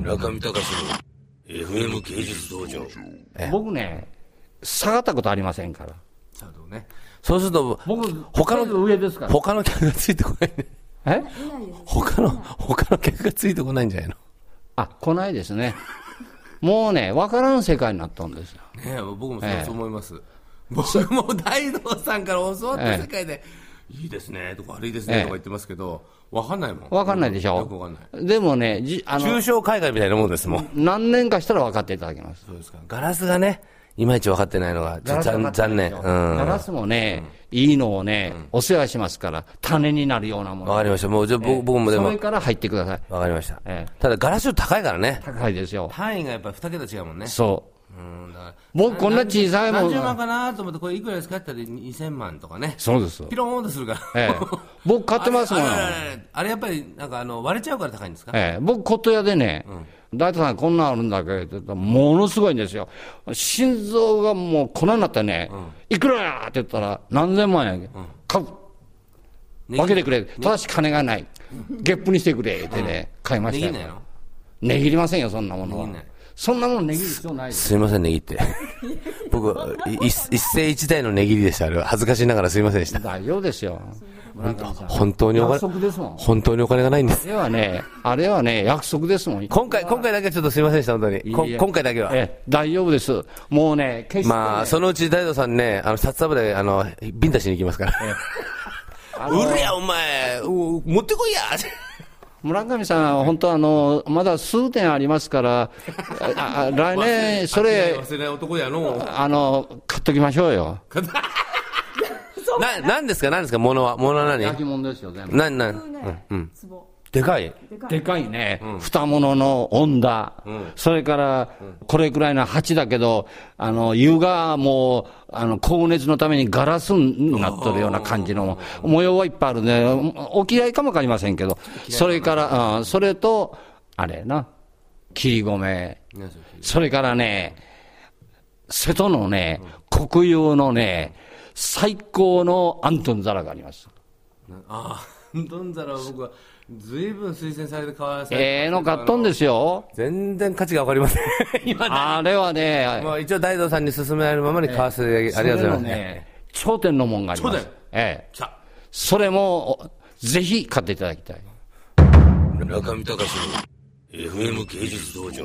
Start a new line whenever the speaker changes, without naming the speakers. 中見隆の FM 芸術道場。
僕ね、下がったことありませんから。
なるほどね。そうすると、
僕、
他
とりあえず
の、
上ですから。
他の客がついてこないね。
え
他の、他の客がついてこないんじゃないの
あ、来ないですね。 もうね、わからん世界になったんですよ。
ねえ僕もそう
ええ
そう思います。僕も大道さんから教わった
ええ
世界で、いいですねとか悪いですねとか言ってますけど、わかんないもん。
わかんないでしょ。
よくわかんない。
でもね、じあの
中、小海外みたいなもんですもん。
何年かしたら分かっていただけます。
そうですか。ガラスがね、いまいち分かってないのが、ちょ残残念。うん。
ガラスもね、いいのをね、お世話しますから、種になるようなも
わ
の。
かりました。もう、じゃあ、僕僕もで
そ
も
れ、から入ってください。
わかりました。
ええ
ただ、ガラス量高いからね。
高いですよ。
単位がやっぱ2桁違うもんね。
そ
うん、だから
う。僕こんな小さいも
何十万
ん。
かなと思って、これいくらですかって言ったら2000万とかね。
そうです。
ピローンとするから。
ええ僕買ってますもん
あれあれあれあれあれやっぱり、なんかあの、割れちゃうから高いんですか
ええ、僕、骨董屋でね、大太さん、こんなんあるんだけど、って言ったらものすごいんですよ、心臓がもう粉になってね、いくらやって言ったら、何千万やけ、買う、
ね
分けてくれ、ただし金がない、ゲップにしてくれってね、買いま
で
し
き
た
ないの
値切りませんよ、そんなものは
値切んない。
そんなもの値切る必要ないです。
すいません、ねぎ って。僕、い一一世一代のねぎりでした。あれは恥ずかしながらすいませんでした。
大丈夫ですよ、村上さん。
本当にお
約
金、
束ですもん。
本当にお金がないんです。
あれはね、あれはね、約束ですもん。
今回、今回だけはちょっとすいませんでした、本当に。こ
いいえ
今回だけは。
ええ、大丈夫です。もうね、決して、ね。
まあ、そのうち大道さんね、あの、札束で、あの、ビンタしに行きますから。
あ の
売れや、お前う持ってこいや
村上さん、本当あの、まだ数点ありますから、ああ来年、それ、
忘れない男や の。
あの、買っときましょうよ。
な、なんですか、なんですか、物は。物は
焼
何
き物ですよ、全部。
な、な、うん、うん。でかい
でかいね、蓋物の温度、それから、これくらいの鉢だけど、あの、湯がもう、あの、高熱のためにガラスになっとるような感じの、模様はいっぱいあるね。お嫌いかもわかりませんけど、それから、うんそれと、あれやな、霧米。それからね、瀬戸のね、国有のね、最高のアントン皿があります。
ああ、どんざら僕は、ずいぶん推薦されて買わさ
ええの買っとんですよ。
全然価値がわかりません。 今、
あれはね、
まあ、一応大道さんに勧められるままに買わせて、ありがとうございます。
それのね。頂点のもんがありま
頂
す
点。
ええ、
来た。
それも、おぜひ買っていただきたい。
中見隆の FM 芸術道場。